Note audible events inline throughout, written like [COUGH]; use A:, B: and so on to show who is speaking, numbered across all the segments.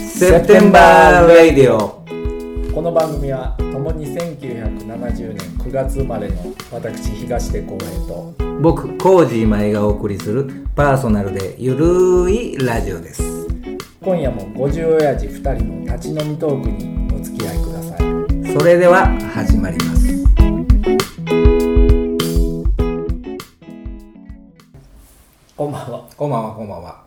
A: セプテンバーラディオ
B: この番組は共に1970年9月生まれの私東出光栄と
A: 僕コージー舞がお送りするパーソナルでゆるいラジオです
B: 今夜も50親父2人の立ち飲みトークにお付き合いください
A: それでは始まります
B: こんばんは
A: こんばんはこんばんは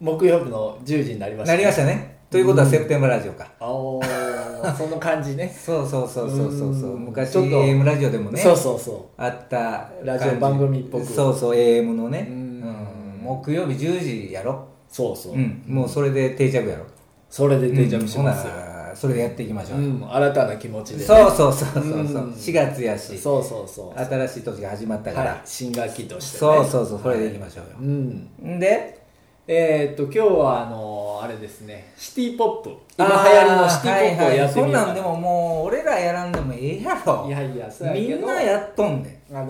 B: 木曜日の10時になりました
A: なりましたねということはセプテンバーラジオか
B: あおーその感じね
A: そうそうそうそうそうそう
B: うん
A: 昔
B: ちょっと
A: AM ラジオでもね
B: [LAUGHS] そうそうそ
A: あった感じ
B: ラジオ番組っぽく
A: そうそう AM のね
B: う
A: うんん木曜日10時やろ
B: うそうそう、
A: うんもうそれで定着やろ
B: それで定着しますよ
A: うん、ほなそれでやっていきましょ
B: う
A: うん
B: 新たな気持ちで、ね、
A: そうそうそうそうそう
B: うん
A: 4月やし
B: そうそうそう
A: 新しい年が始まったから、
B: はい新学期として、ね、
A: そうそうそうそれでいきましょうよ、
B: うん
A: んで
B: えー、っと今日はあのあれですねシティポップ今流行りのシティポ
A: あー
B: ップをやってみようか
A: はいはいそんなんでももう俺らやらんでもええやろ
B: いやいやそうやけど
A: みんなやっとんで
B: あ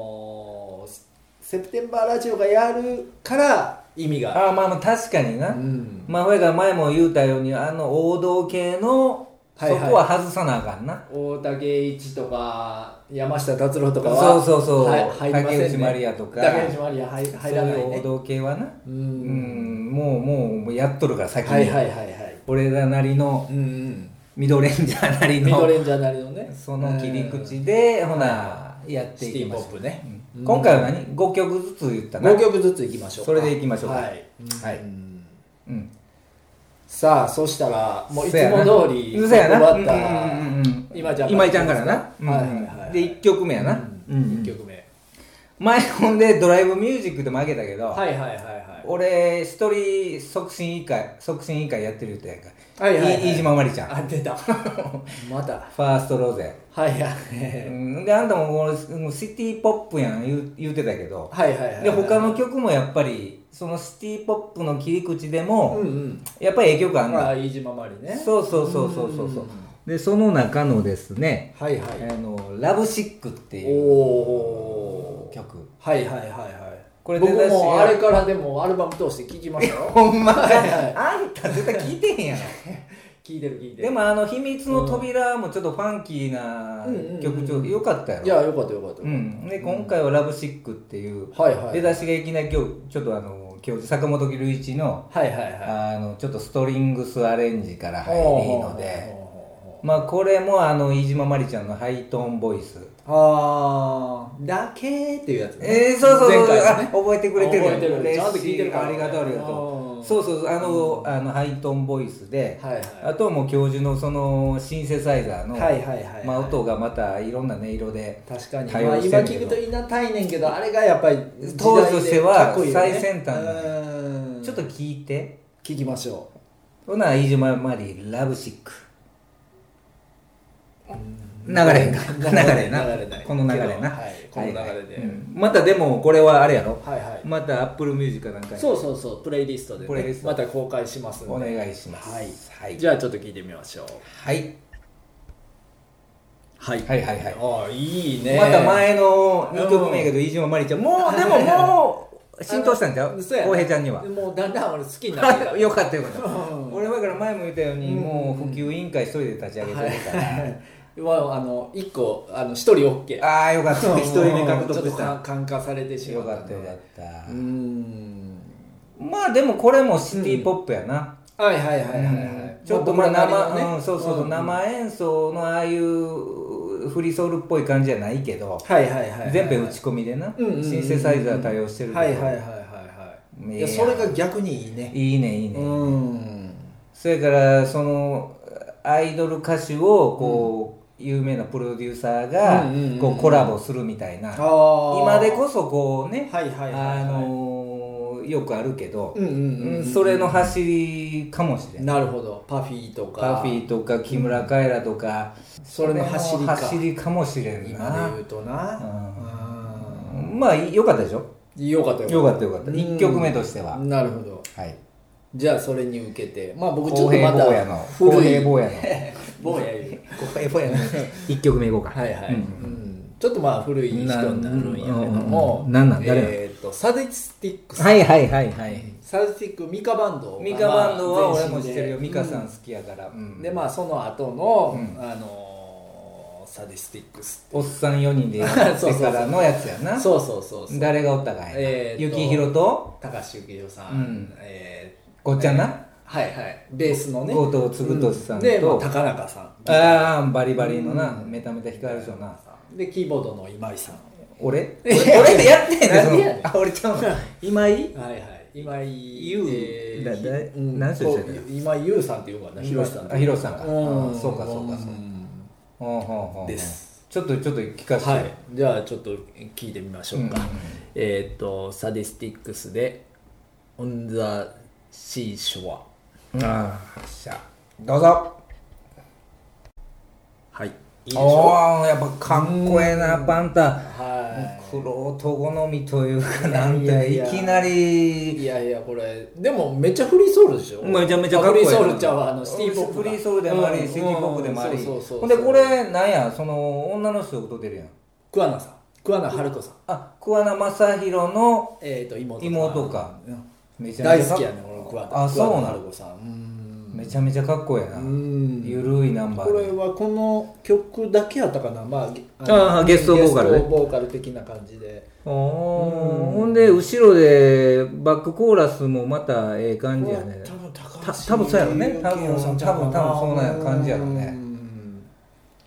B: のー、セプテンバーラジオがやるから意味が
A: ああまあまあ確かにな、
B: うん
A: まあ俺が前も言うたようにあの王道系のそ
B: はいはい
A: こは外さなあかんな、
B: 大竹一とか山下達郎とかは
A: そうそうそう
B: はい、入りませんね
A: 竹内まりやとか
B: 竹内まりや入入らない
A: そういう王
B: ね
A: 道系はな
B: う
A: うんんもうもうもうやっとるから先に、
B: はいはいはいはい
A: 俺らなりの
B: うんうん
A: ミドレンジャーなり
B: ミ
A: の
B: ドレンジャーなりのね
A: その切り口で、ほな、やって
B: シ
A: い
B: テ
A: き
B: ィ
A: ま
B: ポ
A: しょ
B: ップね
A: う。
B: うん
A: 今回は何 ?5 曲ずつ言ったな。
B: 5曲ずついきましょうか
A: それでいきましょうか
B: はい、
A: はい
B: うん
A: うん。
B: さあそしたらもういつ
A: そやな
B: も通り
A: そうやな。
B: 配っ
A: うんうん
B: た
A: うんうん
B: 今ちゃん
A: 今井ちゃんからな。うん
B: はいはいはい
A: で、1曲目やな。
B: う
A: うん
B: ん、1曲目
A: 前ほんでドライブミュージックでもあげたけど、
B: はいはいはいはい
A: 俺、一人促進委員会、促進委員会やってるってやんか。
B: はいはいはい
A: い飯島まりちゃん。フ
B: あ出
A: [LAUGHS]
B: たまた
A: ァーストロゼ。
B: はいは
A: う
B: い
A: んで、あんたも俺もうシティポップやん言う言うてたけど、
B: はいはいはい
A: で他の曲もやっぱりそのシティ・ポップの切り口でも、
B: うんうん
A: やっぱりええ曲あん
B: ま
A: の、
B: あ飯島まりね
A: そうそうそうそうそうそう
B: うん
A: でその中のですね
B: は
A: 「
B: い
A: あ
B: はい
A: のラブシック」って
B: お
A: いう
B: おー
A: 曲
B: はいはいはいはい
A: これ出
B: 僕
A: だし
B: もあれからでもアルバム通して聴きましたよ
A: ほんまか、
B: はいはい
A: あんた絶対聴いてへんやろ
B: 聴いてる聴いて
A: [LAUGHS]
B: る
A: でもあの「秘密の扉」もちょっとファンキーな
B: うんうんうん
A: 曲調よかったやろ
B: いやよかったよかった
A: うん、で今回は「ラブシック」っていう
B: はいはい
A: 出だしがいきなり今日ちょっとあの教授坂本龍一の「
B: はいはいはい
A: あのちょっとストリングスアレンジから入りので
B: お
A: まあこれもあの飯島まりちゃんのハイトーンボイス
B: ーあーだけーっていうやつね
A: えー、そうそうそう、
B: 前回
A: あ
B: ね
A: 覚えてくれてる
B: 覚えてる
A: 嬉し
B: ちゃんと聞いてるから
A: ありがとうありが
B: う
A: と
B: ん
A: うそうそうあの,、あのハイトーンボイスで、
B: はいはい
A: あとはもう教授のそのシンセサイザーの、
B: はいはいはいはい
A: まあ、音がまたいろんな音色で
B: 確かに、
A: 対
B: まあ、
A: 応し
B: 今
A: てるけ
B: 聞
A: ど
B: くといいなたいねんけどあれがやっぱり
A: 当時としては
B: 時代でかっこいいよね
A: 最先端だね
B: うん
A: ちょっと聞いて
B: 聞きましょ
A: ほな飯島まりラブシック流れへんか流
B: 流れない
A: れへんな
B: 流れない
A: この流れな、
B: はいこの流れで
A: うんまたでもこれはあれやろ
B: うはいはい、
A: またアップルミュージックなんかに
B: そうそうそうプレイリストで、
A: プレイリ
B: ね
A: ス、ト
B: また公開します
A: お
B: ので
A: 願いします
B: はい、
A: はい
B: じゃあちょっと聞いてみましょう
A: はい
B: はい
A: はいはいはい
B: ああいいね
A: また前の2曲目やけど飯島まりちゃんもうでももう浸透したんちゃ
B: [LAUGHS]
A: う
B: そうやな
A: 浩平ちゃんには
B: もうだんだん俺好きになってき
A: [LAUGHS]
B: た
A: よかったよかった
B: うん
A: 俺だから前も言ったように
B: うん
A: もう普及委員会一人で立ち上げてるから
B: まあ、あの一個あの一人
A: [LAUGHS]
B: OK
A: ああよかった一人目獲
B: ちょ
A: 得
B: っと
A: し
B: か
A: た
B: 感化されてしま
A: よ
B: った
A: かったよかった
B: うーん
A: まあでもこれもシティポップやな、
B: はいはいはいはいはい、
A: ちょっとまあ
B: 僕らな
A: 生、
B: りの
A: うん、そうそうそう、
B: ん
A: 生演奏のああいうフリーソウルっぽい感じじゃないけど、
B: はいはいはいはい
A: 全編打ち込みでな、
B: うんうんうんうん
A: シンセサイザー対応してるけど、
B: はいはいはいはいはい
A: いや
B: いやそれが逆にいいね
A: いいねいいうね、
B: ん
A: それからそのアイドル歌手をこう、有名なプロデューサーが
B: うんうんうん
A: こうコラボするみたいな、
B: ああ
A: 今でこそこうね、
B: はいはいはいはい
A: あのーよくあるけど、
B: うんうんうん
A: うんそれの走りかもしれない。
B: なるほどパフィーとか
A: パフィーとか木村カエラとか、
B: それの走りか
A: 走りかもしれん
B: 今で
A: な
B: 言うとなうん
A: まあよかったでしょ
B: よかった
A: よかったよかった
B: うん
A: 1曲目としては、
B: なるほど
A: はい
B: じゃあそれに受けてまあ僕ち
A: 公
B: ょっと
A: 平
B: ま
A: 坊やの
B: た
A: 公
B: 古い
A: 平坊やの
B: [LAUGHS] 坊や言う
A: 公平坊 [LAUGHS] やの1曲目いこうか
B: はいはい、
A: う
B: うんん、ちょっとまあ古い人になるんやけども
A: ななんなん誰なん
B: えー、とサディスティックス、
A: はいはいはいはい
B: サウスティックミカバンドが
A: ミカバンドは俺も知ってるよ、
B: まあ
A: ミカさん好きやから、
B: でま
A: あ
B: あその後の、
A: うん
B: あのーサディスティックス
A: おっさん4人でやってからのやつやな
B: [LAUGHS] そうそうそうそう
A: 誰がおったかいな、
B: えー
A: ゆ
B: と
A: きひろと
B: 高橋幸宏さん、
A: うん
B: え
A: ごっちゃんな、
B: ーはいはいベースのね
A: 後藤嗣俊さんと
B: うで、まあ、高中さん
A: ああバリバリのな、
B: うん
A: メタメタ光る人な
B: でキーボードの今井さん
A: 俺
B: い
A: 俺
B: や
A: ってやってんねん
B: なんでやねん
A: そのあ俺ちゃうの今井
B: はいはい今井
A: 優だ
B: ひ
A: だい
B: うん
A: 何歳でしたっけ
B: こう今井優さんっていうのかな広瀬さん
A: あ広瀬さんか
B: うん
A: あそうかそうかそうか
B: ん
A: ほうほうほう
B: です
A: ちょっとちょっと聞かせて、
B: はいじゃあちょっと聞いてみましょうか、
A: うん
B: えーっ、とサディスティックスで「On the Seashore
A: ああしゃどうぞ」
B: はいいいでしょ
A: おおやっぱかっこええなパンタ
B: は
A: 苦労と好みというかなん
B: いやい
A: てい
B: や
A: きない
B: い
A: り
B: やいやこれでもめっちゃフリーソウルでしょ
A: めちゃめちゃかっこ
B: あ
A: いい
B: フリーソウルちゃうわあのシティポップ
A: フ
B: だ
A: リーソウルでもあり、
B: うん
A: シティポップでもあり、
B: うんそうそうそう
A: ほんでこれなんやその女の人のこと出るやん
B: 桑名さん桑名春子さん
A: あ桑名正宏の
B: えーっ、と妹
A: 妹か
B: うん
A: めちゃ
B: 大
A: めちゃ
B: 好き
A: かっ
B: やね俺桑
A: あ
B: 名
A: そうな
B: 桑
A: の
B: 名春子さんうん
A: めちゃめちゃかっこええな
B: うん
A: ゆるいナンバ
B: こ
A: ー
B: れ
A: で
B: はこの曲だけやったかな、まあげ、
A: ああゲストボーカルね
B: ゲストボーカル的な感じで
A: おーほんで後ろでバックコーラスもまたええ感じやね
B: 多分高
A: た
B: 橋
A: 多分そうやろね多分
B: 幸宏さんちゃかな
A: 多分多分そうなんや感じやろね
B: うん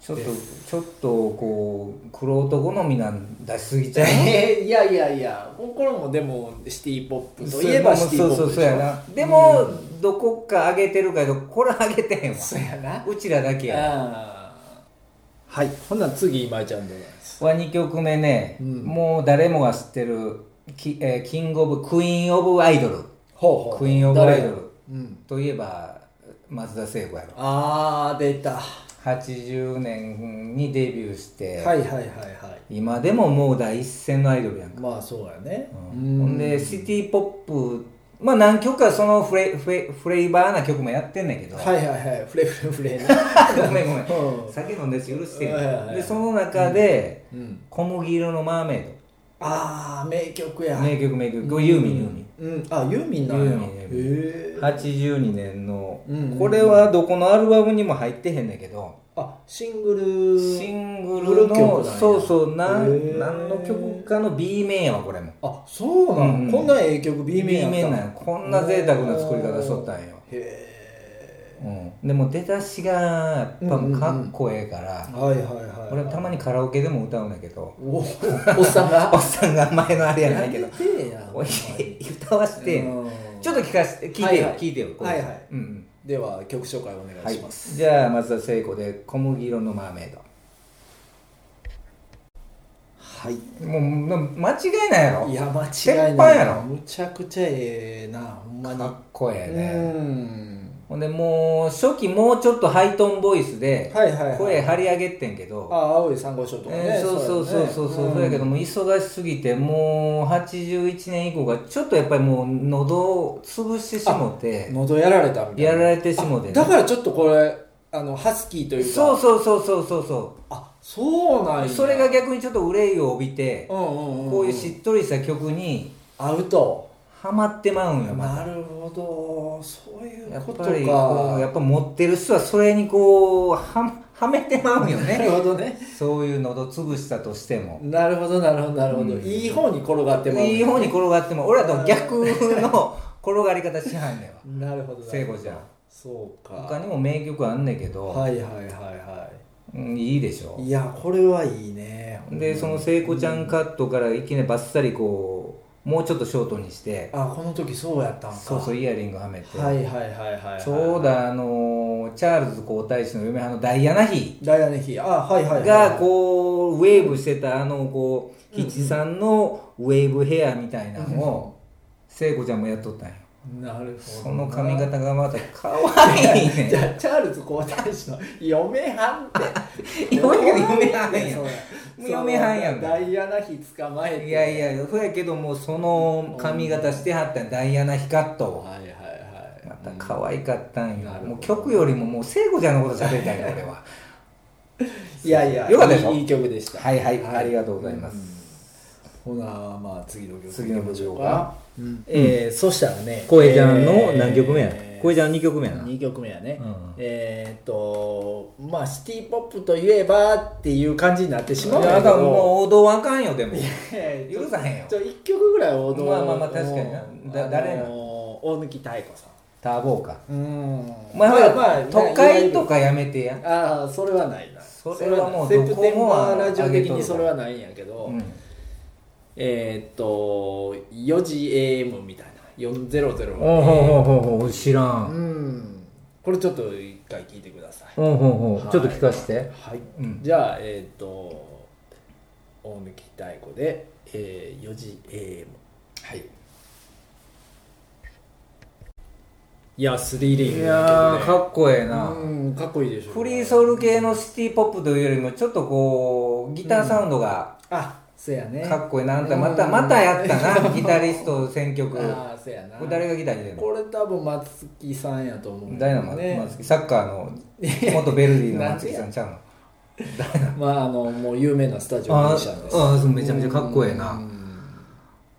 A: ちょっとちょっとこう玄人好みなん出しすぎちゃう
B: え [LAUGHS] ーいやいやいやこれもでもシティ・ポップといえばシティ・ポップ
A: そうそうそうやなで
B: う
A: も、どこか上げてるけどこれ上げてへんわ
B: そうやな
A: うちらだけや
B: あーはいほんなら次今井ちゃんでございます
A: は2曲目ね、
B: うん
A: もう誰もが知ってるキ,、えーキングオブクイーンオブアイドル
B: ほうほう
A: クイーンオブアイドル
B: うん
A: といえば松田聖子やろ
B: ああ出たは
A: 80年にデビューし
B: い
A: て、
B: はいはいはい
A: 今でももう第一線のアイドルやんか、
B: まあそうやね。
A: う
B: うん
A: ほんでシティ・ポップまあ何曲かそのフレフレフレーバーな曲もやってんねんけど、
B: はいはいはい、フレフレ
A: [LAUGHS]
B: フレね。
A: ごめんごめん
B: うん
A: 酒飲んでし許して
B: はいはいは
A: る
B: い
A: でその中で
B: うん、
A: 「小麦色のマーメイ
B: ああ、名曲
A: ド」
B: や。
A: 名曲名曲これユーミンユーミン
B: うん、あ、ユーミンなんや。
A: ユーミンユーミ
B: へー
A: 82年の
B: うんうんうん
A: これはどこのアルバムにも入ってへんねんけど
B: あ、シングル。
A: シング
B: フ
A: ル
B: ル曲な
A: の
B: んや
A: そうそうな
B: へー
A: ん何の曲かの B 面やわこれも
B: あ、そうなん、
A: うん
B: こんなええ曲 B 面やった
A: B 面なんやこんな贅沢な作り方しとったんよ
B: おーへ
A: うんでも出だしがやっぱかっこええから
B: え。はいはいはいはい。
A: 俺たまにカラオケでも歌うんだけど
B: お。おっさ
A: [LAUGHS]
B: んが。
A: おっさんが前のあれやないけど
B: やめてえや。
A: おい
B: ほんまに
A: 歌わして
B: うん
A: ちょっと聞かせて聞いてよ、
B: はいはい
A: 聞いてよ
B: はいはい
A: うんうん
B: では、曲紹介お願
A: はいい
B: します。
A: じゃあ松田聖子で「小麦色のマーメイド
B: はい。」
A: もうな間違いないやろ
B: いや、間違い
A: 鉄
B: な
A: 板
B: い。
A: やろ
B: むちゃくちゃええな、ほんまに。
A: かっこええね、
B: うん。
A: ほんでもう初期もうちょっとハイトーンボイスで
B: はいはい、はい。
A: 声張り上げてんけど、
B: あ青い珊瑚礁とかね、
A: えーそうそうそうそうそうそうやけど
B: も
A: もう忙しすぎてもう81年以降がちょっとやっぱりもう喉を潰してしもて
B: 喉やられたみたいな
A: やられてしもてね
B: だからちょっとこれあのハスキーというか
A: そうそうそうそうそうそ
B: あそうな
A: う
B: んや
A: それが逆にちょっと憂いを帯びて
B: うんうんうん、うん、
A: こういうしっとりした曲に
B: 合うと
A: ハマってまうんよま
B: な
A: た
B: るほどそういう
A: やっ
B: こと
A: ぱ
B: か
A: りこうやっぱ持ってる人はそれにこうは [LAUGHS] はめてまうんよ
B: なる
A: ね
B: ほどね
A: そういう喉潰したとしても
B: なるほどなるほどなるほど、
A: うん
B: いい方に転がっても
A: いい方
B: に
A: に転がっても俺らと逆の転がり方しはんねんわ
B: なるほどな
A: 聖子ちゃん
B: そうか
A: 他にも名曲あんねんけど、
B: はいはいはいは
A: うんいいでしょ
B: いいやこれはいいね
A: でその聖子ちゃんカットからいきなりバッサリこうもうちょっとショートにして
B: あこの時そうやったんか
A: そうそうイヤリングはめて、
B: はいはいはいはい、はい、
A: ちょうどあのチャールズ皇太子の嫁はんのダイアナ妃
B: ダイアナ妃あはいはい、はい、
A: がこうウェーブしてたあのこうヒチさんのウェーブヘアみたいなのを聖子ちゃんもやっとったんよ
B: なるほどな
A: その髪型がまた可愛いね
B: [LAUGHS] じゃあチャールズ皇太子の嫁はんって
A: [LAUGHS] 嫁はんや
B: そう
A: もう嫁はんやん
B: ダイアナ妃捕まえて
A: いやいやそうやけどもうその髪型してはったんダイアナ・ヒカットを
B: はいはいはい
A: また可愛かったんよ
B: なるほど
A: もう曲よりももう聖子ちゃんのこと喋りたいの俺 [LAUGHS] は
B: いやいや
A: よかったでしょ
B: いいいい曲でした
A: はいはいありがとうございます、
B: ほなまあ次の曲
A: 次の曲
B: 行きましょうか、うんえーそしたらね
A: 声ちゃんの何曲目や
B: えー
A: 声ちゃん2曲目やな
B: 2曲目やね、
A: うん
B: えーっとまあシティ・ポップといえばっていう感じになってしまうん
A: いや
B: や
A: だ
B: け
A: から
B: ど
A: もう王道はあかんよでも許
B: 許
A: さへんよ
B: ちょ1曲ぐらい王道
A: まあまあまあ確かになだ誰な
B: の大貫妙子さん
A: ターボーか
B: うん
A: まあほら、
B: まあ
A: 都会と
B: か
A: かやめてや
B: ああそれはないな
A: それはもう
B: それ
A: ど
B: はないセプ
A: こ
B: テン
A: も
B: バ
A: あ
B: ーラジオ的
A: 上げとる
B: に
A: から
B: それはないんやけど、
A: うん
B: えーっと4時 AM みたいな400
A: おうほうほうほうほう知ら
B: うんんこれちょっと一回聞いてください
A: おうほうほ
B: は
A: う
B: い
A: ちょっと聞かせて
B: はい、
A: うん
B: じゃあえっ、と大貫妙子で、えー、4時 AM はいいやスリリ
A: い
B: ング
A: やーか
B: っ
A: っこええ
B: こ
A: な
B: うんかっこいいでしょ
A: フリーソウル系のシティポップというよりもちょっとこうギターサウンドが
B: あせやね
A: かっこいいなあんた
B: うん
A: またまたやったなギタリスト選曲こ
B: あーせやな
A: れ誰がギター入れるの
B: これ多分松木さんやと思う
A: ダイナマ
B: ね
A: 松木サッカーの元ベルディの松木さんちゃうの
B: まああのもう有名なスタジオミュージシャンです
A: ああそうめちゃめちゃかっこええな
B: うん
A: [LAUGHS]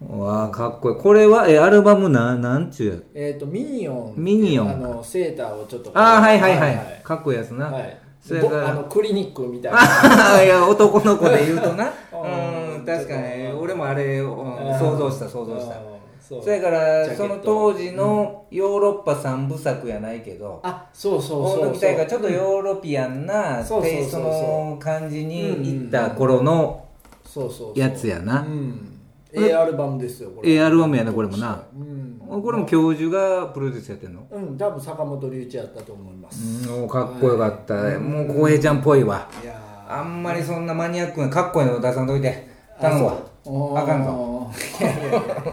A: わあかっこいいこれはえアルバムななんちゅうや
B: えっ、とミニオン
A: ミニオン
B: あのセーターをちょっと
A: ああはいはいはい、かっこいいやつな、
B: はい、
A: それから
B: ぼあのクリニックみたいな
A: ああ [LAUGHS] いや男の子で言うとな
B: [LAUGHS] うん
A: うん確かに
B: うん
A: 俺もあれ、うん
B: うん
A: 想像した想像し
B: う
A: た
B: んそう
A: それか
B: ジャケ
A: ら
B: ット
A: その当時のヨーロッパ三部作やないけど
B: あそうそう
A: 大
B: そう
A: 貫隊がちょっとヨーロピアンな
B: そうそうそうそう
A: テイストの感じに行った頃の
B: そうそうそう
A: やつやな
B: うん
A: うん
B: ええアルバムですよこれ
A: ええアルバムやなこれもな
B: うん
A: これも教授がプロデュースやってんの
B: うん多分坂本龍一やったと思います、
A: うんおかっこよかった、もう浩平ちゃんっぽいわ
B: いや
A: あんまりそんなマニアックなかっこいいの出さんといて頼むわあ
B: ー
A: かんぞ
B: おーいや
A: [LAUGHS]
B: いやいや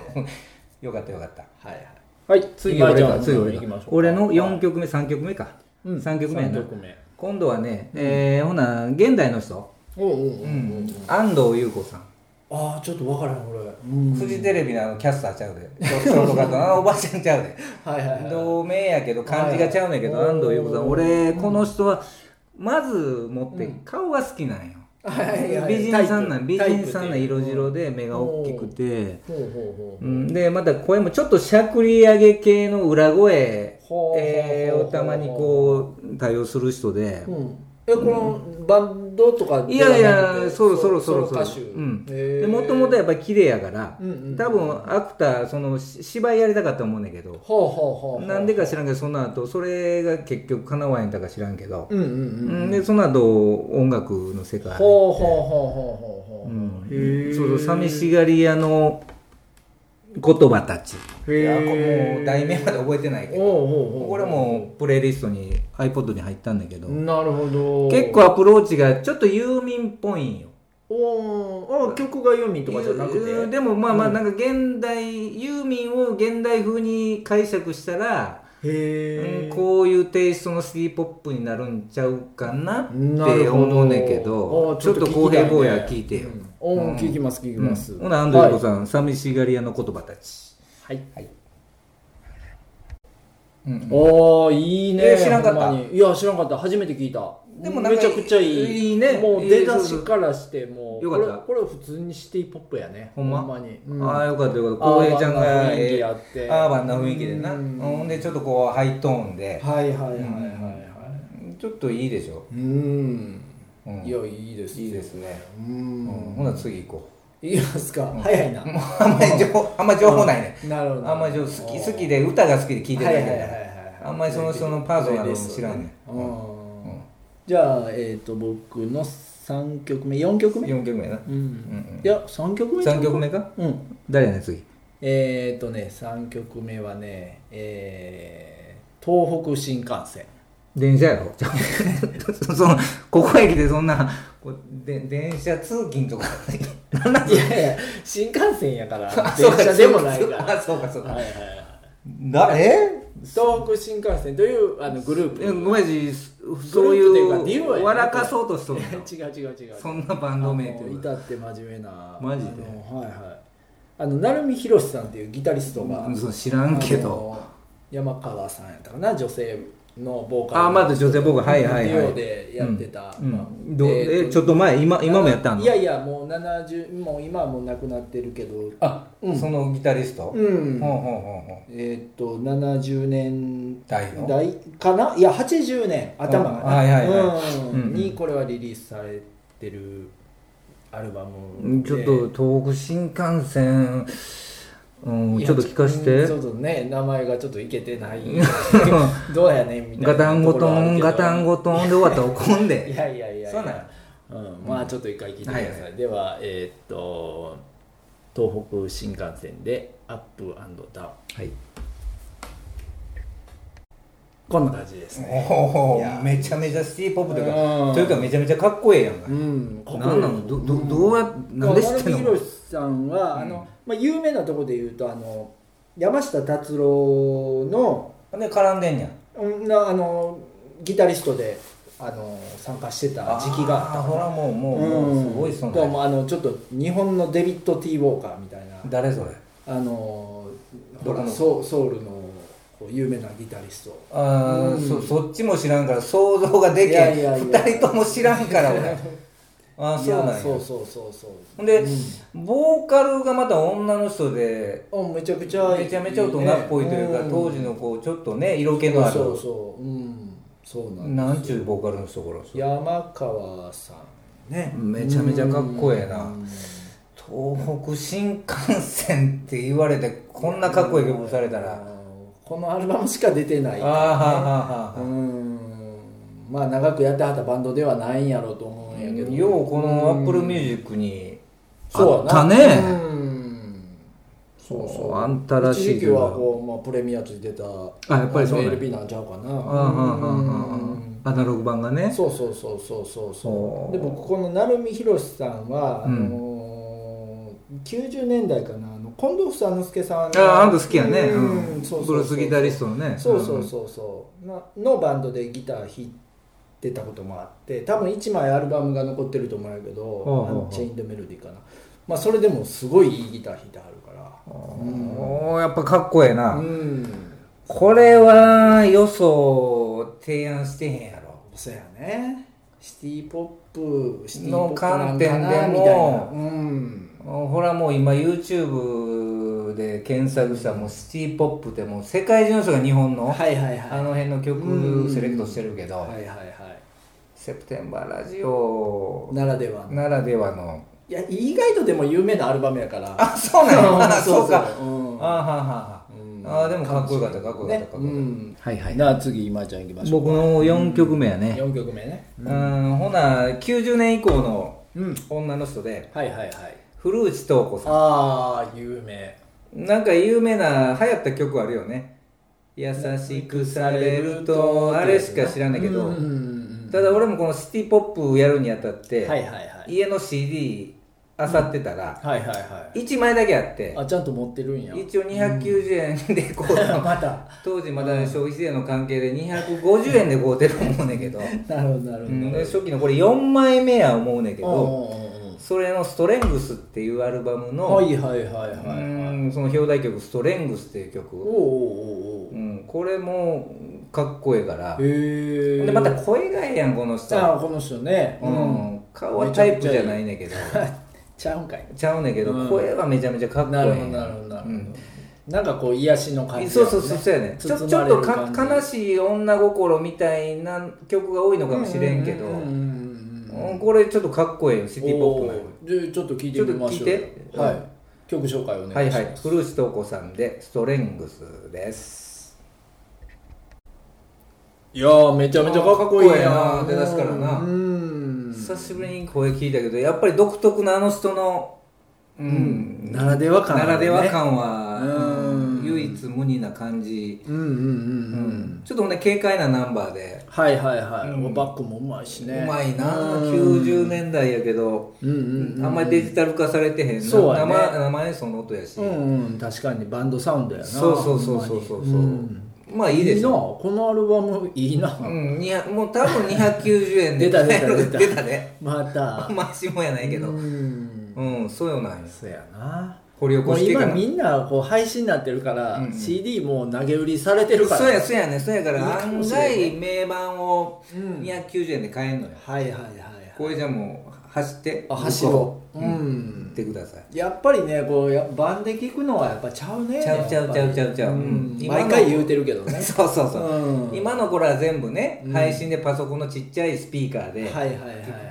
A: よかったよかった
B: はいはいはい
A: 次俺か次
B: 行
A: 俺
B: き
A: か
B: ましょうか
A: 俺の4曲目3曲目か、
B: うん
A: 3曲目やな
B: 三曲目
A: 今度はね、えーほな現代の人、
B: おうおうおうおう
A: 安藤優子さん、
B: ああちょっとわからん俺うん
A: フジテレビのあのキャスターちゃう [LAUGHS] でショートカットのあのおばちゃんちゃうで
B: はいはいはい
A: 同名やけど漢字がちゃうんやけど、
B: はいはい
A: 安藤優子さん
B: おー
A: 俺この人はまず持って顔が好きなんよ、
B: はいはい
A: 美人さんなん美人さんな
B: タイプ
A: 色
B: っていう
A: 白で目が大きくて、
B: ほうほうほ
A: う、
B: うん
A: でまた声もちょっとしゃくり上げ系の裏声
B: ほうほうほうほう
A: えーをたまにこう対応する人で、
B: うん、えこのバンドとか
A: いやいやそろそろそろそろ
B: 歌手
A: うん
B: へ
A: で
B: ー
A: もともとやっぱり綺麗やから、
B: うんうん
A: 多分アクターそのし芝居やりたかったと思うねんだけど
B: ほうほうほうほう
A: なんでか知らんけどその後それが結局かなわへんだか知らんけど、
B: うんうんうん
A: うんでその後音楽の世界入って
B: ほうほうほうほうほうほう
A: うん
B: へー
A: そうそう寂しがり屋の言葉たちいやこ
B: へー
A: もう題名まで覚えてないけど
B: おうほうほう
A: これもプレイリストに iPod に入ったんだけど
B: なるほど
A: 結構アプローチがちょっとユーミンっぽいんよ
B: おーあ曲がユーミンとかじゃなく
A: ゆ
B: て
A: でもまあまあなんか現代ユーミンを現代風に解釈したら、
B: へ
A: うん
B: え
A: こういうテイストのシティポップになるんちゃうかなっ
B: なる
A: て
B: ほど
A: 思うねんけど
B: あー
A: ちょっと
B: 聞き
A: 公
B: た
A: 平
B: いね
A: 坊や聞いてよ、
B: うんおー聞きます聞きます
A: うんほな安藤優子
B: ん
A: さん、寂しがり屋の言葉たち、
B: はい
A: うん
B: おーいいね
A: え知らんかった
B: ほまにいや知らんかった初めて聞いた
A: でもなん
B: め
A: か
B: ちゃくちゃいい
A: いいね
B: もう
A: いい
B: 出だ
A: そう
B: し
A: そう
B: からしてもう
A: よかった
B: これこれ普通にシティポップやね
A: ほんま
B: に、うん
A: ああよかったよかった
B: ア
A: 浩
B: ー
A: 平
B: バン
A: ちゃん
B: な
A: が
B: 雰囲気
A: え
B: や
A: ー
B: って
A: アーバンな雰囲気でな
B: うん
A: ほんでちょっとこうハイトーンで
B: はいはいはいはいはい
A: ちょっといいでしょ、
B: うん
A: うん
B: いやいいです
A: いいですね、
B: う
A: うん
B: ん
A: ほな次行こ
B: いいですか早いな
A: う [LAUGHS] あんまり情報あんまり情報ないね
B: なるほど
A: あんまり情報好き好きで歌が好きで聴いて
B: は
A: る
B: いは
A: だ
B: い
A: け
B: はい
A: だか
B: は
A: ら
B: い
A: あんまりその人のパーソナルも知らんね
B: うんじゃあえっと僕の三曲目四曲目
A: 4曲目やな
B: うんいや3曲目
A: 3曲目か
B: うん
A: 誰やねん次
B: えっ、ー、とね3曲目はねえー、東北新幹線
A: 電車やろ [LAUGHS] そそのここへ来てそんなこうで電車通勤
B: [LAUGHS]
A: とかなんなん
B: いやいや新幹線やから
A: あ
B: 電
A: そうか
B: 車でもないから
A: あそうかそうか
B: はいはいは
A: だ
B: い
A: え
B: 東北新幹線というあのグループ
A: えごめんじそういう
B: グループというか DIY
A: 笑かそうとしとるの
B: [LAUGHS] 違う違う違う
A: そんなバンド名っていう
B: いたって真面目な
A: マジで
B: あのはいはいあの成海博さんっていうギタリストが、
A: うんそう知らんけど
B: あの山川さんやったかな女性のボーカル
A: あまず女性ボーカルはいはいはい
B: デュオでやってた、
A: うん
B: まあ
A: うんどう
B: えー
A: えちょっと前今今もやったの
B: いやいやもう70もう今はもう亡くなってるけど
A: あ、
B: うん
A: そのギタリスト、
B: うん
A: ほうほうほうほ
B: えーっと70年
A: 代の
B: 代かないや80年頭
A: うんはいはいは
B: が
A: うんうん
B: にこれはリリースされてるアルバム
A: う
B: で
A: ちょっと東北新幹線、うん、
B: いや
A: ちょっと聞かせて
B: ちょっとね名前がちょっといけてないどうやねんみたいな
A: ガタンゴ
B: とこ
A: ト
B: ろはある
A: ン
B: けど
A: ガタンゴトンで終わったら怒ん
B: い
A: で
B: やいやいやいや
A: そうなんや
B: うん、まあちょっと一回聞いてください、
A: はいは
B: ではえーっと東北新幹線でアップダウン
A: はい
B: こんな感じですね
A: お
B: いや
A: おめちゃめちゃシティポップという
B: う
A: か
B: ん
A: というかめちゃめちゃかっこええやんか、
B: うんここ
A: なんなのどどどうやなんで知ってんの
B: 渡辺宏さんは、あのまあ、有名なとこで言うとあの山下達郎の
A: で絡んでんやん
B: うんなあのギタリストであの参加してた時期があ
A: あ
B: っ
A: ーほらもう
B: た
A: もう,、もうすごいそ
B: だからもう
A: の
B: あのちょっと日本のデビッド・ティー・ウォーカーみたいな
A: 誰それ
B: あのほ
A: どこの
B: らソウソウルのこう有名なギタリスト
A: あー、
B: うん
A: そそっちも知らんから想像がで
B: いやい
A: け
B: や
A: ん
B: いや
A: 二人とも知らんから
B: [LAUGHS]
A: 俺あー
B: い
A: そうなん
B: や
A: や
B: そうそうそうそう
A: ほんで、
B: うん
A: ボーカルがまた女の人で
B: あめちゃくちゃい
A: め
B: いね
A: ちゃめちゃ大人っぽいというか、
B: ん
A: 当時のこうちょっとね色気のある
B: そうそううんそうなんだ
A: なんちゅうボーカルの人この人
B: 山川さんね
A: めちゃめちゃかっこええな
B: うん
A: 東北新幹線って言われてこんなかっこいい曲された
B: あ
A: ら
B: のこのアルバムしか出てない
A: あーはあはあ
B: う
A: は
B: んまあ長くやってはったバンドではないんやろうと思うんやけど
A: あようこのアップルミュージックに
B: そう
A: あ
B: や
A: っ
B: な
A: た
B: う
A: ね
B: んそうそう
A: あんたらしい
B: 一時期はこう、まあ、プレミアついてた
A: あやっぱりそうなんや
B: LP なんちゃうかな
A: あーはあはあは
B: うん
A: あアナログ版がね
B: そうそうそうそうそう
A: ほ
B: そううでもこの成海博さんは、
A: うん
B: あのー90年代かなあの近藤房之助さん
A: あ
B: が
A: ああんた好きやね
B: うん
A: うん
B: そうそうそう
A: ブルースギタリストのね
B: そうそうそうそうなのバンドでギター弾いてたこともあって多分1枚アルバムが残ってると思うんやけ
A: ほうほうほ
B: ど
A: う
B: 「チェインドメロディー」かな、まあ、それでもすごいいいギター弾いてはるから
A: うんおーやっぱかっこええな、
B: うん
A: これはよそ提案してへんやろ
B: そうやねシティポップシティポ
A: の
B: ップな
A: 観
B: ん
A: 点
B: か
A: でも
B: なみたいなうん
A: ほらもう今 YouTube で検索したらもうシティポップってもう世界中の人が日本の、
B: はいはいはい
A: あの辺の曲セレクトしてるけど、
B: はいはいはい
A: セプテンバーラジオ
B: ならではの
A: ならではの
B: いや意外とでも有名なアルバムやから
A: あそうなの [LAUGHS] そうか
B: うん
A: あははは
B: うん
A: あーでもかっこよかったかっこよかった
B: ね
A: かっこよかった
B: うんはいはいなあ次今井ちゃんいきましょう
A: 僕の4曲目やね、
B: 4曲目ね
A: うんほな90年以降の
B: うん
A: 女の人で
B: はいはいはい
A: 古内東子さん
B: ああ有名
A: なんか有名な流行った曲あるよね優しくされるとあれしか知らんねんけど、
B: うんうんうん
A: ただ俺もこのシティポップやるにあたって、
B: はいはいはい
A: 家の CD あさってたら、
B: はいはいはい
A: 1枚だけあって
B: あちゃんと持ってるんや
A: 一応290円でこ [LAUGHS] う、
B: [LAUGHS] また
A: 当時まだ消費税の関係で250円で買うてる思うねんけど、
B: なるほどなる
A: う
B: ほど
A: んで初期のこれ4枚目や思うねんけど、
B: うんうんうん
A: それの「ストレングス」っていうアルバムの、
B: はいはいはいはいはい
A: うんその表題曲「ストレングス」っていう曲
B: おうおうおう
A: う、
B: おうん
A: これもかっこええから、
B: へえ
A: でまた声がええやんこの人
B: ああこの人ね
A: う、ん、顔はタイプじゃないねんけど
B: [LAUGHS] ちゃうんかい
A: ちゃうねんけど、
B: うん
A: 声はめちゃめちゃかっこえ
B: な
A: え
B: る
A: やん
B: ほどなるほどなるほど、
A: うん
B: なんかこう癒しの感じ、ね、
A: そうそうそうそうやねちょちょっとか悲
B: い
A: しい女心みたいな曲が多いのかもしれんけど、うんこれちょっとかっこええよシティ・ポップの
B: じゃあちょっと聞いてみましょう
A: ちょっと聞いて
B: は
A: うん
B: い曲紹介お
A: は
B: 願
A: い
B: いし
A: は
B: ます
A: い古内東子さんで「ストレングス」です
B: いやーめちゃめちゃかっこいい
A: かっこいいな出だしからな
B: うん
A: 久しぶりに声聞いたけどやっぱり独特なあの人のうん、
B: ならでは感
A: な
B: ある
A: ら
B: ね
A: では感は、
B: うん
A: うん唯一無二な感じ、
B: うんうんうん
A: う
B: うん、
A: んちょっとね軽快なナンバーで、
B: はいはいはい、
A: うん
B: バックもうまいしね
A: うまいな、
B: うん
A: 90年代やけど、
B: うんうんうん
A: あんまりデジタル化されてへんな
B: そうやね
A: 生生演奏の音やし、
B: うんうん確かにバンドサウンドやな
A: そうそうそうそうそうそう、
B: ほんまに
A: まあいいで
B: いい
A: し
B: な
A: ょ
B: このアルバムいいな、
A: うん、200もう多分290円で
B: 出た出た出た
A: 出たね
B: また
A: まあしもやないけど
B: うん
A: うん、そうよなんや
B: そうやな
A: 掘り起
B: も
A: こ
B: う
A: してか
B: 今
A: ら
B: みんなこう配信になってるから、
A: うんうん
B: CD もう投げ売りされてるから
A: そうやそうやねそうやか
B: いい
A: ら
B: かも
A: 案
B: しれない
A: 外名盤を
B: うん
A: 290円で買えんのよ、
B: はいはいはいはい
A: これじゃもう走って
B: あ走
A: を
B: ろううん
A: 行ってください
B: やっぱりねこうや盤で聞くのはやっぱちゃうね
A: ちゃうちゃうちゃうちゃうちゃう
B: やっぱ
A: うん今の
B: りん毎回言うてるけどね
A: [LAUGHS] そうそうそう、
B: うん
A: 今の頃は全部ね、
B: うん
A: 配信でパソコンのちっちゃいスピーカーで
B: はいはいはいはい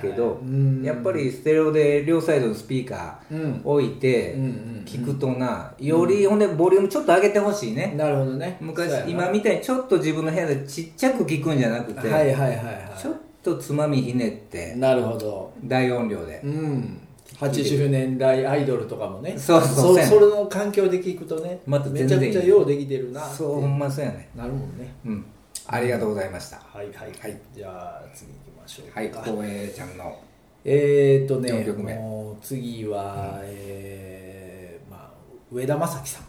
A: 聞くけど、
B: うん
A: やっぱりステレオで両サイドのスピーカ
B: うん
A: ー置いて
B: うんうん
A: 聞くとな、よりほんでボリュームちょっと上げてほしいね、
B: なるほどねそうや
A: 昔
B: な
A: 今みたいにちょっと自分の部屋でちっちゃく聞くんじゃなくて、
B: はいはいはいは
A: ちょっとつまみひねって
B: いなるほど
A: 大音量で、
B: うん80年代アイドルとかもね
A: そうそうそうやね
B: それの環境で聞くとね
A: また全
B: めちゃ
A: 然
B: くちゃようできてるなって
A: そうほんまそうやね
B: なるもんね
A: うんありがとうございました
B: はいはい
A: はい
B: じゃあ次行きましょうか
A: はい光栄ちゃんの
B: えーっと
A: 四
B: ね
A: 曲目
B: もう次はえーまあ上田正樹さん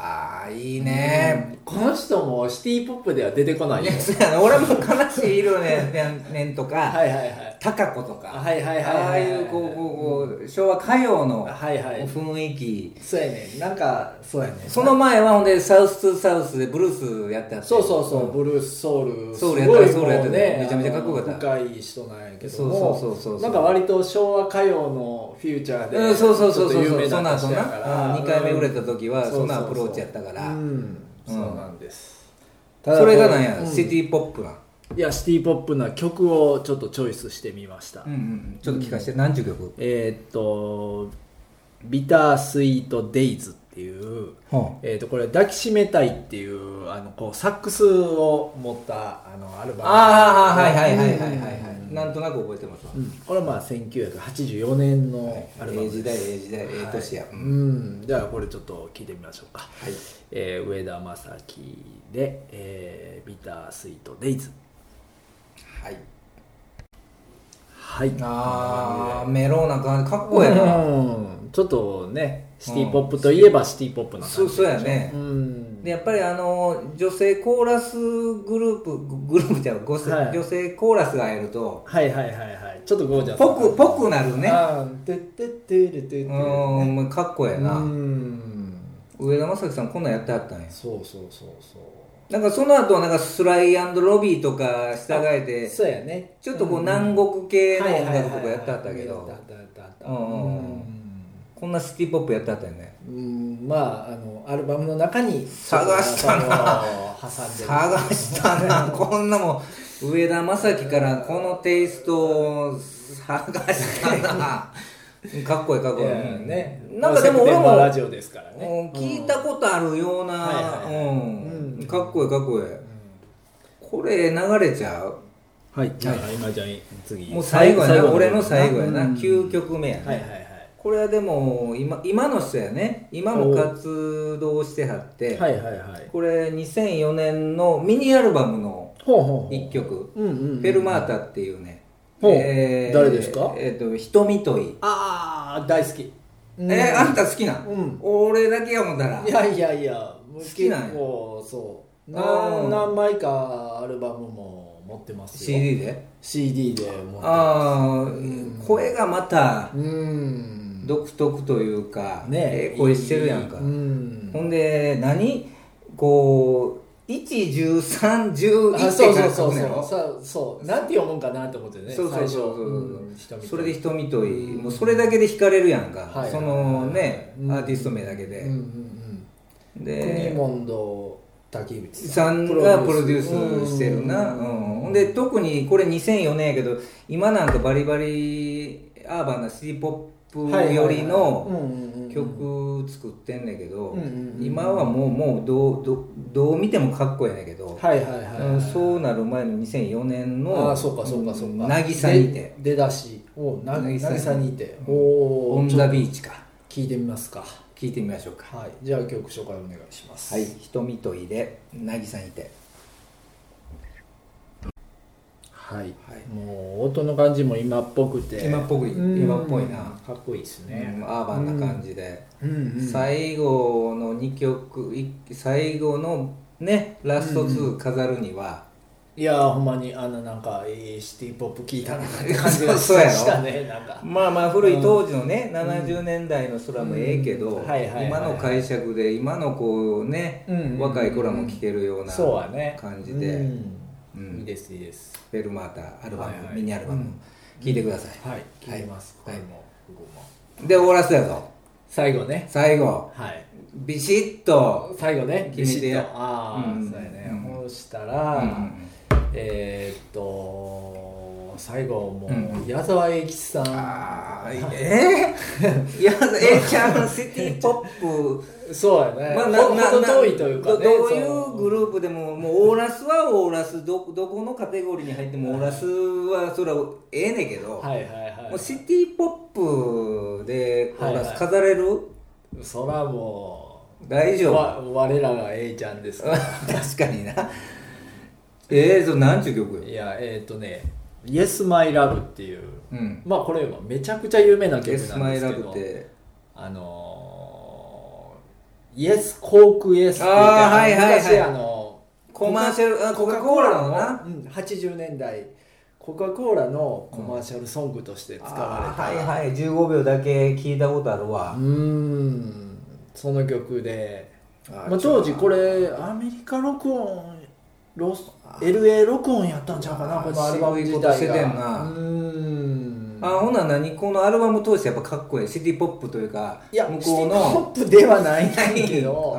A: ああいいね
B: この人もシティポップでは出てこない
A: い
B: よ
A: やそうやな俺も悲しい
B: [LAUGHS]
A: 色ねねんと
B: は
A: か
B: いはいはい
A: タカ子とか
B: はいはいはいはい
A: ああいうこうこうこう昭和歌謡の
B: はいはい
A: 雰囲気
B: そうやねなんかそうやね
A: その前はほんでサウス・トゥ・サウスでブルースやってはった
B: そうそうそう、ブルースソウル
A: ソウルやった
B: すごい
A: ソウルやった
B: もうね
A: めちゃめちゃかっこよかった
B: あの深い人なんやけど
A: そうそうそ
B: も
A: うそうそう
B: なんか割と昭和歌謡のフューチャーで、
A: うんそうそうそうそう
B: ち
A: そ
B: ょっと有名
A: うその
B: な
A: 後
B: 人
A: な
B: やから、
A: 2回目売れた
B: 時
A: 時はそのアプローチやったから
B: うん
A: う
B: そ
A: ん
B: うなんです、ただ
A: それがなんや
B: うん
A: シティ・ポップない
B: やシティポップな曲をちょっとチョイスしてみました、
A: うんうんうんちょっと聞かせて何十曲
B: えーっと「ビタースイート・デイズ」っていう
A: ほ
B: えー、とこれ「抱きしめたい」っていうあのこうサックスを持ったあのアルバム
A: ああはいはいはいはいはいはい、
B: うん
A: なんとなく覚えてますわ、
B: うんこれはまあ1984年のアルバ
A: ええ
B: ム
A: 時
B: で
A: 代
B: す
A: ええ時代ええ年や、
B: はい
A: うん
B: うん、じゃあこれちょっと聞いてみましょうか、
A: はい
B: えー上田正樹で、えービタースイートデイズ」
A: はい
B: はい
A: あーメローな感じかっこええな、
B: うんちょっとねシティポップといえばシティポップな感じ
A: そうそうやね
B: うん
A: でやっぱりあの女性コーラスグループグループじゃんごせ
B: はい
A: 女性コーラスがいると
B: はいはいはいはいちょっとゴージャスな
A: ぽくぽくなるね
B: あーてってってれてってれ
A: う
B: ね
A: ーんかっこええな、
B: うん
A: 上田正樹さんこんなんやってはったんや
B: そうそうそうそう
A: なんかその後はなんかスライロビーとか従えて
B: そうやね
A: ちょっとこう
B: 南
A: 南
B: 国
A: 国系の音楽とかやってはったけど
B: やったやったやった
A: うんうんうんこんなシティポップやってはったよね
B: うんまああのアルバムの中に
A: 探したな
B: ちょっと中を挟んでる
A: 探したなこんなもん上田正樹からこのテイストを探した
B: [LAUGHS]
A: なかっこいいかっこいい、
B: いやね
A: なんかでも俺
B: まあ
A: も
B: ラジオですからね
A: うん聞いたことあるような、
B: はいはいはい
A: うん
B: うん
A: かっこいいかっこいい、これ流れちゃう
B: とはいじゃあ今ちゃん次
A: もう最後やな俺の最後やな、
B: うん
A: 9曲目やね、
B: はいはいはい
A: これはでも今今の人やね今も活動してはって、
B: はいはいはい
A: これ2004年のミニアルバムの
B: ほうほうほう
A: 1曲
B: うんうんう
A: 「
B: ん
A: フェルマータ」っていうね、
B: ほう誰ですか
A: えっ、と瞳とい、
B: ああ大好きうん
A: えーあんた好きなん、
B: うん
A: 俺だけやもんだら
B: いやいやいや
A: 好きなんや
B: 結構そう
A: あー
B: 何何枚かアルバムも持ってますよ
A: CD で
B: CD で持ってま
A: ああ
B: ん
A: 声がまた
B: すうん
A: 独特というか、
B: ね
A: ええ声してるやんか、
B: うん
A: ほんで何こう11311って
B: あ
A: 書
B: そうそう
A: く
B: そう
A: のやろ
B: そうそうなんて読むんかなって思ってね
A: そうそうそうそう
B: 最初うん
A: それで
B: 人
A: 瞳といい、
B: うん
A: もうそれだけで惹かれるやんか、
B: はい
A: そのね、
B: うん
A: アーティスト名だけで、
B: うんうんうん国
A: で
B: 門堂竹内
A: さんがプロデュースしてるな、うんほんで特にこれ2004年やけど今なんかバリバリアーバンなシティ・ポップ寄りの曲作ってんだけど、
B: うんうんうん
A: 今はもうもうどうどうどう見てもかっこいいんだけど、
B: はいはいはいはい
A: うんそうなる前の2004年の
B: ああそうかそうかそうか
A: 渚にて
B: で出だしおうな
A: 渚
B: 渚にてお
A: 「
B: お
A: オン・ザ・ビーチ」か
B: 聞いてみますか
A: 聞いてみましょうか
B: はいじゃあ曲紹介お願いします
A: はい「瞳といで渚にて
B: はい
A: はい
B: もう音の感じも今っぽく」て
A: 今っぽい
B: うん
A: 今っぽいな、
B: かっこいいです
A: う
B: ね
A: ん、アーバンな感じで、
B: うんうん
A: 最後の2曲い最後のねラスト2飾るには、
B: いやーほんまにあのなんかえーシティポップ聞いたなって感じがし
A: そうや
B: た
A: ろ
B: したねなんか
A: まあまあ古い当時のね、70年代の空もええけど、
B: うんはいはいはい
A: 今の解釈で今のこうね、
B: うん
A: 若い子らも聴けるような
B: そうはね
A: 感じで、
B: うん
A: うん
B: いいですいいです
A: フェルマータアルバム、
B: はいはい
A: ミニアルバム聴いてください、
B: はい聞いてますこ
A: は
B: れ
A: い
B: も僕も
A: で終わらせたぞ
B: 最後ね
A: 最後
B: はい
A: ビシッと
B: 最後ね
A: 決めてや
B: ビシッとああ、
A: うん
B: そうやね
A: うん
B: そうしたら、
A: うん
B: えーっと最後も
A: う
B: う矢沢永吉さん、
A: あーえー、いやえちゃんシティポップ
B: そうやね、ほんほど遠いというかね
A: どどうい
B: そう
A: グループでももうオーラスはオーラスどどこのカテゴリーに入ってもオーラスはそれはええねんけど、
B: はいはいは
A: もうシ
B: い
A: ティポップでオーラス飾れる、
B: そらも
A: 大
B: う
A: 丈夫
B: わ我らが A ちゃんですから
A: 確かになええー、それ何ちゅう曲
B: いやえーっとね「Yes My Love」っていう
A: うん
B: まあこれはめちゃくちゃ有名な
A: 「
B: 曲
A: Yes
B: なん
A: My
B: ですけ
A: Love」
B: ど
A: って
B: あのー、イエス、コークイエスって言って
A: あーはいはいはい
B: 昔あの
A: コマーシャルあコカ・コーラのな
B: うん、80年代コカ・コーラのコマーシャルソングとして使われた、
A: あーはいはい15秒だけ聞いたことあるわ
B: うーんその曲で
A: あ
B: まあ、当時これアメリカ録音ロス LA 録音やったんちゃうかな
A: あー
B: このアルバム
A: 渋い
B: 自体
A: こと
B: が
A: してたよな
B: うーん
A: あほな何このアルバム通してやっぱかっこいいシティ・ポップというか
B: いや
A: 向
B: 向
A: こ
B: こ
A: う
B: う
A: の
B: のポップではないんだけど、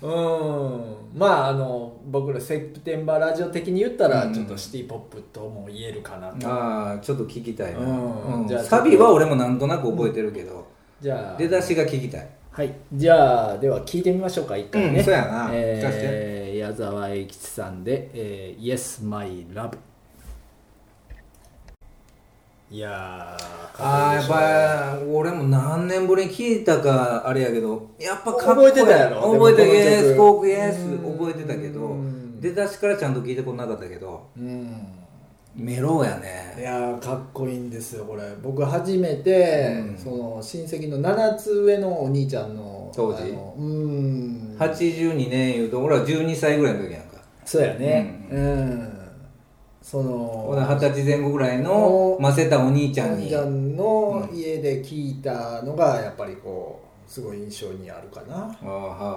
A: う
B: うんまああの僕らセプテンバーラジオ的に言ったら、
A: うん
B: ちょっとシティポップとも言えるかなと、
A: んああちょっと聞きたいな、
B: うん
A: うん
B: じゃあ
A: サビは俺もなんとなく覚えてるけど、
B: じゃあ
A: 出だしが聞きたい
B: はいじゃあでは聞いてみましょうか一回ね、
A: うんそうやな聞かせ
B: えー、矢沢永吉さんで「えー、Yes My Love」いやー
A: ああ
B: かっこ
A: や
B: いいでし
A: っ
B: ょ
A: ぱ俺も何年ぶりに聞いたかあれやけどやっぱかっこいい
B: 覚えてたやろ
A: 覚えて
B: でもこ
A: イ
B: の
A: エ
B: 曲
A: スコークイエス
B: うん
A: 覚えてたけど
B: うん
A: 出だしからちゃんと聞いたことなかったけど
B: うん
A: メロや
B: い
A: ね
B: やーかっこいいんですよこれ僕初めて、
A: うん
B: その親戚の7つ上のお兄ちゃんの
A: 当時
B: あのうん
A: 82年いうと俺は12歳ぐらいの時やんか
B: そうやね
A: う
B: うん、その
A: ほな二十歳前後ぐらいの
B: お
A: ませたお兄ちゃん
B: お
A: に
B: 兄ちゃんの家で聞いたのがやっぱりこうすごい印象にあるかな、
A: ああはあはあはあ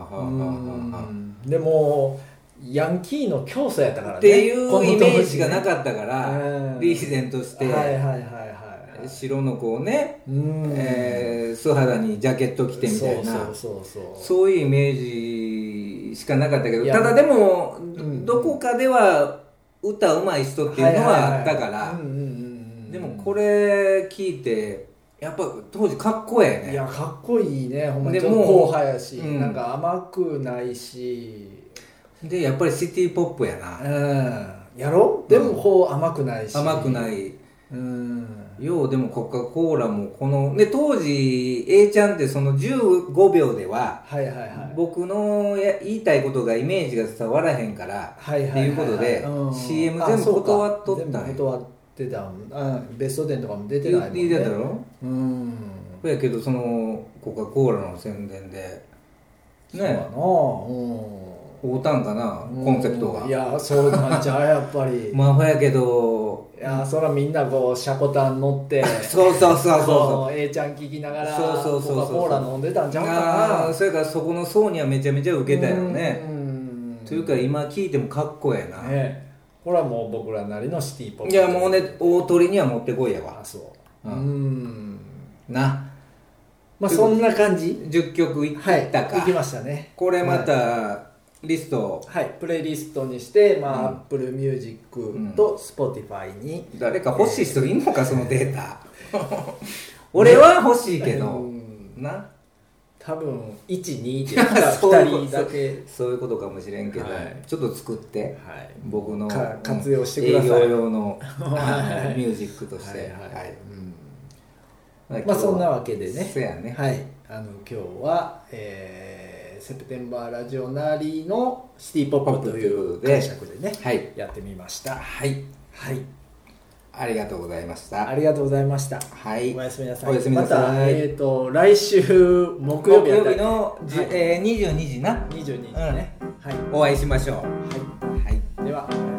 A: は
B: うんでもヤンキーの教祖やったから
A: あ
B: ね
A: っていうイメージがな
B: っ
A: かったから
B: うん
A: リーゼントして
B: はいはいはいはいはい
A: 白の子をね
B: うん
A: えー素肌にジャケット着てみたいな
B: そうそうそうそう
A: そういうイメージしかなかったけど
B: いや
A: ただでも
B: ん
A: どこかでは歌うまい人っていうのはあったか
B: はいはいはい
A: ら
B: うんうんうんうん
A: でもこれ聞いてやっぱ当時かっこええ
B: いや
A: ね
B: かっこいいねほんま
A: で
B: にちょっと
A: もう
B: 後輩やし、
A: うん
B: なんか甘くないし
A: でやっぱりシティ・ポップやな
B: うんやろでもこう甘くないし
A: 甘くない
B: うん
A: ようでもコカ・コーラもこのね当時 A ちゃんってその15秒では
B: はいはいはい
A: 僕のや言いたいことがイメージが伝わらへんから
B: はい
A: っ
B: はい
A: て
B: はい
A: いうことで
B: ん
A: CM
B: あ
A: 全部
B: そうか
A: 断っとったんや
B: 全部断ってたもんうんベスト10とかも出て
A: 言う
B: ないもん、ね、
A: 言うてたやろ
B: うん
A: そやけどそのコカ・コーラの宣伝で
B: そうやな
A: ね
B: う
A: 会うたんかなんコンセプトが
B: いやそうなんじゃうやっぱ
A: [LAUGHS]
B: り、
A: まあほやけど
B: いやそらみんなこうシャコタン乗って
A: [LAUGHS] そうそうそうそうそう
B: A ちゃん聞きながら
A: そうそうそうそう
B: コカ・コーラ飲んでたん
A: う
B: ちゃう
A: あ
B: か
A: あ
B: な
A: それからそこの層にはめちゃめちゃ受けたよね
B: うん
A: というか今聞いてもかっこええな、
B: ねこれはもう僕らなりのシティポップ
A: いやもうね大鳥には持ってこいや
B: あ
A: わ
B: そ
A: う
B: ううんん
A: な
B: まあそんな感じ
A: 10曲いっ
B: はい
A: たか、
B: 行きましたね
A: これまたリストを
B: はいプレイリストにしてまあ
A: うん
B: Apple Music と Spotify に
A: 誰か欲しい人いんのかそのデー
B: [LAUGHS]
A: タ俺は欲しいけ
B: う
A: ど
B: ん
A: な
B: 多分12って言った
A: [LAUGHS] そう
B: ら2人だけ
A: そういうことかもしれんけど
B: はい
A: ちょっと作って
B: はい
A: 僕の
B: か
A: うん
B: 活用してください
A: 営業用の
B: [LAUGHS]
A: あのミュージックとし
B: はい
A: て
B: はい、
A: はい
B: うん
A: だから今日
B: まあ
A: は
B: そんなわけでね
A: せやね
B: はい、あの今日は、えーセプテンバーラジオなりのシティ・ポップという解釈でね、
A: はい
B: やってみました。
A: はい
B: はい、
A: ありがとうございまし
B: あ
A: た
B: りがとうございました。
A: はい
B: おやすみなさい。
A: おやすみなさい
B: また、えっ、と、来週木
A: 木
B: 曜日や
A: 曜
B: った
A: 日
B: ら
A: のじゅ
B: はい
A: えー22時な
B: 22日ね、はい。
A: お会いしましょう
B: は
A: はい
B: い、では、おやすみなさい